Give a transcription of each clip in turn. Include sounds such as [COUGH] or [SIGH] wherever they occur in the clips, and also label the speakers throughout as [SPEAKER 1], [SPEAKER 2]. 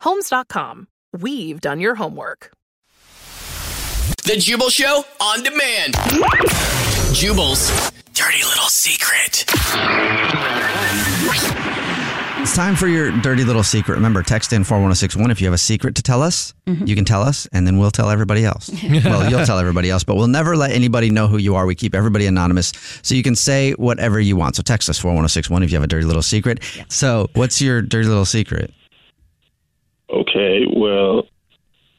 [SPEAKER 1] Homes.com. We've done your homework.
[SPEAKER 2] The Jubal Show on demand. [LAUGHS] Jubal's dirty little secret.
[SPEAKER 3] It's time for your dirty little secret. Remember, text in 41061 if you have a secret to tell us. You can tell us, and then we'll tell everybody else. well, you'll tell everybody else, but we'll never let anybody know who you are. We keep everybody anonymous. So you can say whatever you want. So text us 41061 if you have a dirty little secret. So, what's your dirty little secret?
[SPEAKER 4] Okay, well,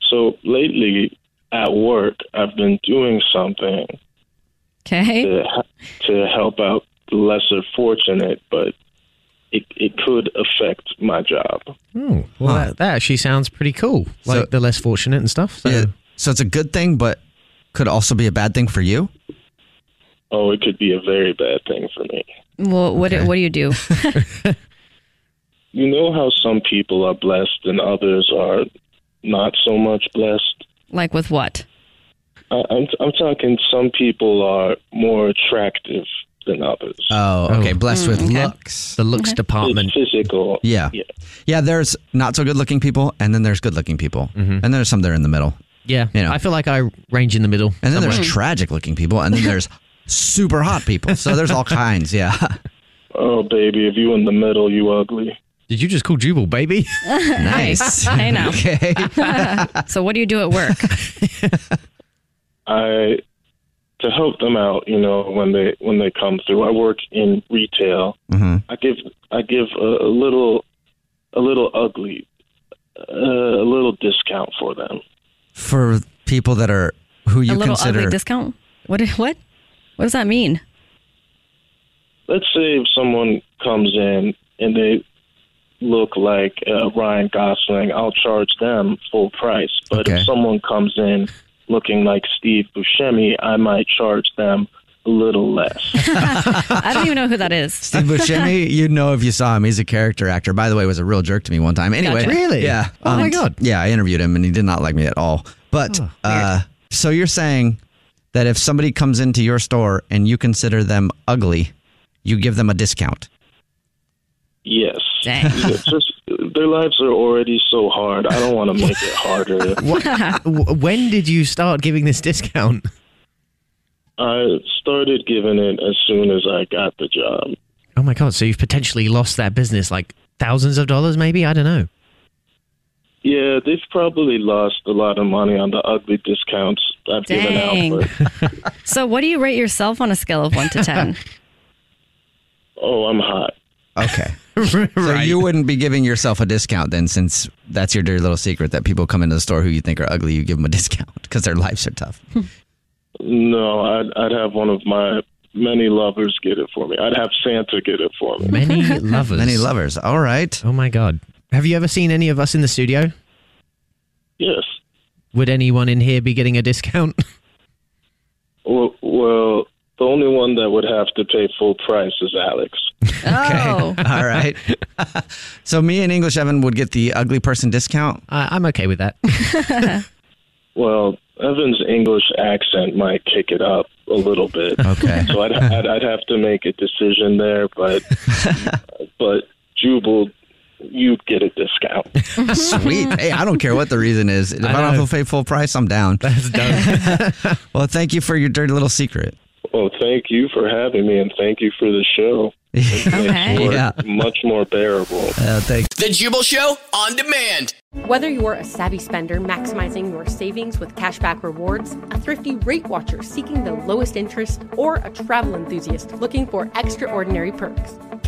[SPEAKER 4] so lately at work, I've been doing something
[SPEAKER 5] Okay.
[SPEAKER 4] to, to help out the lesser fortunate, but it, it could affect my job.
[SPEAKER 6] Oh, well, that, that actually sounds pretty cool. Like
[SPEAKER 3] So-
[SPEAKER 6] the less fortunate and stuff. So.
[SPEAKER 3] Yeah. So, it's a good thing, but could also be a bad thing for you.
[SPEAKER 4] Oh, it could be a very bad thing for me.
[SPEAKER 5] Well, what do, what do you
[SPEAKER 3] [LAUGHS]
[SPEAKER 5] do?
[SPEAKER 4] You know how some people are blessed and others are not so much blessed?
[SPEAKER 5] like with
[SPEAKER 3] [LAUGHS]
[SPEAKER 5] what?
[SPEAKER 4] I, I'm, I'm talking some people are more attractive than others.
[SPEAKER 3] Oh, okay. Blessed with looks.
[SPEAKER 6] The looks
[SPEAKER 4] it's
[SPEAKER 6] department.
[SPEAKER 4] physical.
[SPEAKER 3] Yeah. yeah.
[SPEAKER 4] Yeah.
[SPEAKER 3] there's not so good looking people, and then there's good looking people.
[SPEAKER 6] Mm-hmm.
[SPEAKER 3] And there's some that are in the middle.
[SPEAKER 6] Yeah.
[SPEAKER 3] You know.
[SPEAKER 6] I feel like I range in the middle.
[SPEAKER 3] And then there's tragic looking people, and then there's super hot people. So there's all kinds,
[SPEAKER 6] [LAUGHS]
[SPEAKER 3] yeah.
[SPEAKER 4] Oh, baby, if you in the middle, you ugly.
[SPEAKER 6] Did you just call Jubal baby? [LAUGHS]
[SPEAKER 3] nice.
[SPEAKER 5] I know.
[SPEAKER 3] Okay.
[SPEAKER 5] So what do you do at work?
[SPEAKER 4] I to help them out, you know, when they when they come through. I work in retail.
[SPEAKER 3] Mhm.
[SPEAKER 4] I give I give a, a little a little ugly uh, a little discount for them.
[SPEAKER 3] For people that are who [LAUGHS] you
[SPEAKER 5] a little
[SPEAKER 3] consider
[SPEAKER 5] ugly discount? What what? What does that mean?
[SPEAKER 4] Let's say if someone comes in and they look like uh, Ryan Gosling, I'll charge them full price. But
[SPEAKER 3] Okay.
[SPEAKER 4] if someone comes in looking like Steve Buscemi, I might charge them a little less.
[SPEAKER 5] I don't even know who that is.
[SPEAKER 3] Steve
[SPEAKER 6] [LAUGHS]
[SPEAKER 3] Buscemi, you know if you saw him, he's a character actor. By the way, was a real jerk to me one time. Anyway,
[SPEAKER 6] Gotcha. Really?
[SPEAKER 3] Yeah. Um,
[SPEAKER 6] Oh my God. Oh,
[SPEAKER 3] Yeah, I interviewed him and he did not like me at all. But uh, so you're saying that if somebody comes into your store and you consider them ugly, you give them a discount.
[SPEAKER 4] Yes.
[SPEAKER 5] [LAUGHS] Dang.
[SPEAKER 4] It's just their lives are already so hard. I don't want to make it harder.
[SPEAKER 6] Wh- when did you start giving this discount?
[SPEAKER 4] I started giving it as soon as I got the job.
[SPEAKER 6] Oh my God. So you've potentially lost that business like thousands of dollars, maybe? I don't know.
[SPEAKER 4] Yeah, they've probably lost a lot of money on the ugly discounts I've
[SPEAKER 5] Dang.
[SPEAKER 4] given out. But,
[SPEAKER 5] [LAUGHS] So what do you rate yourself on a scale of one to
[SPEAKER 3] [LAUGHS]
[SPEAKER 5] ten?
[SPEAKER 4] oh, I'm hot.
[SPEAKER 6] [LAUGHS]
[SPEAKER 3] Okay. So you wouldn't be giving yourself a discount then, since that's your dirty little secret that people come into the store who you think are ugly, you give them a discount [LAUGHS] because their lives
[SPEAKER 6] [LAUGHS]
[SPEAKER 3] are tough.
[SPEAKER 4] No, I'd, I'd have one of my many lovers get it for me. I'd have Santa get it for me.
[SPEAKER 6] Many
[SPEAKER 2] [LAUGHS]
[SPEAKER 6] lovers.
[SPEAKER 3] Many lovers. All right.
[SPEAKER 6] Oh my God. Have you ever seen any of us in the studio?
[SPEAKER 4] Yes.
[SPEAKER 6] [LAUGHS] Would anyone in here be getting a discount?
[SPEAKER 4] Well, well The only one that would have to pay full price is Alex.
[SPEAKER 5] Oh.
[SPEAKER 6] [LAUGHS]
[SPEAKER 3] All right. so me and English Evan would get the ugly person discount.
[SPEAKER 6] I I'm okay with that.
[SPEAKER 4] Well, Evan's English accent might kick it up a little bit.
[SPEAKER 3] Okay.
[SPEAKER 4] So I'd, I'd, I'd have to make a decision there,
[SPEAKER 3] [LAUGHS]
[SPEAKER 4] but but Jubal, you get a discount.
[SPEAKER 3] [LAUGHS] Sweet. Hey, I don't care what the reason is. If I,
[SPEAKER 6] know.
[SPEAKER 3] don't have to pay full price, I'm down.
[SPEAKER 6] That's done.
[SPEAKER 3] [LAUGHS] Well, thank you for your dirty little secret.
[SPEAKER 4] Well, thank you for having me, and thank you for the show.
[SPEAKER 5] Okay.
[SPEAKER 4] It's
[SPEAKER 3] Yeah.
[SPEAKER 4] Much more bearable.
[SPEAKER 3] Uh, thank
[SPEAKER 2] The Jubal Show on demand.
[SPEAKER 7] Whether you're a savvy spender maximizing your savings with cashback rewards, a thrifty rate watcher seeking the lowest interest, or a travel enthusiast looking for extraordinary perks,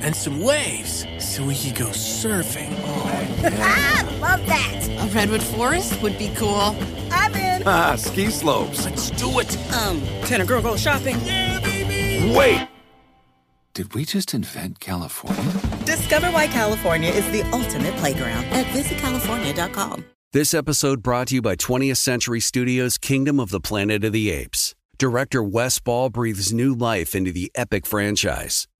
[SPEAKER 2] And some waves so we could go surfing.
[SPEAKER 8] Ah, love that.
[SPEAKER 9] A redwood forest would be cool.
[SPEAKER 8] I'm in.
[SPEAKER 10] Ah, ski slopes.
[SPEAKER 2] Let's do it.
[SPEAKER 8] Um, can a girl go shopping?
[SPEAKER 10] Wait! Did we just invent California?
[SPEAKER 8] Discover why California is the ultimate playground at visitcalifornia.com.
[SPEAKER 11] This episode brought to you by 20th Century Studios' Kingdom of the Planet of the Apes. Director Wes Ball breathes new life into the epic franchise.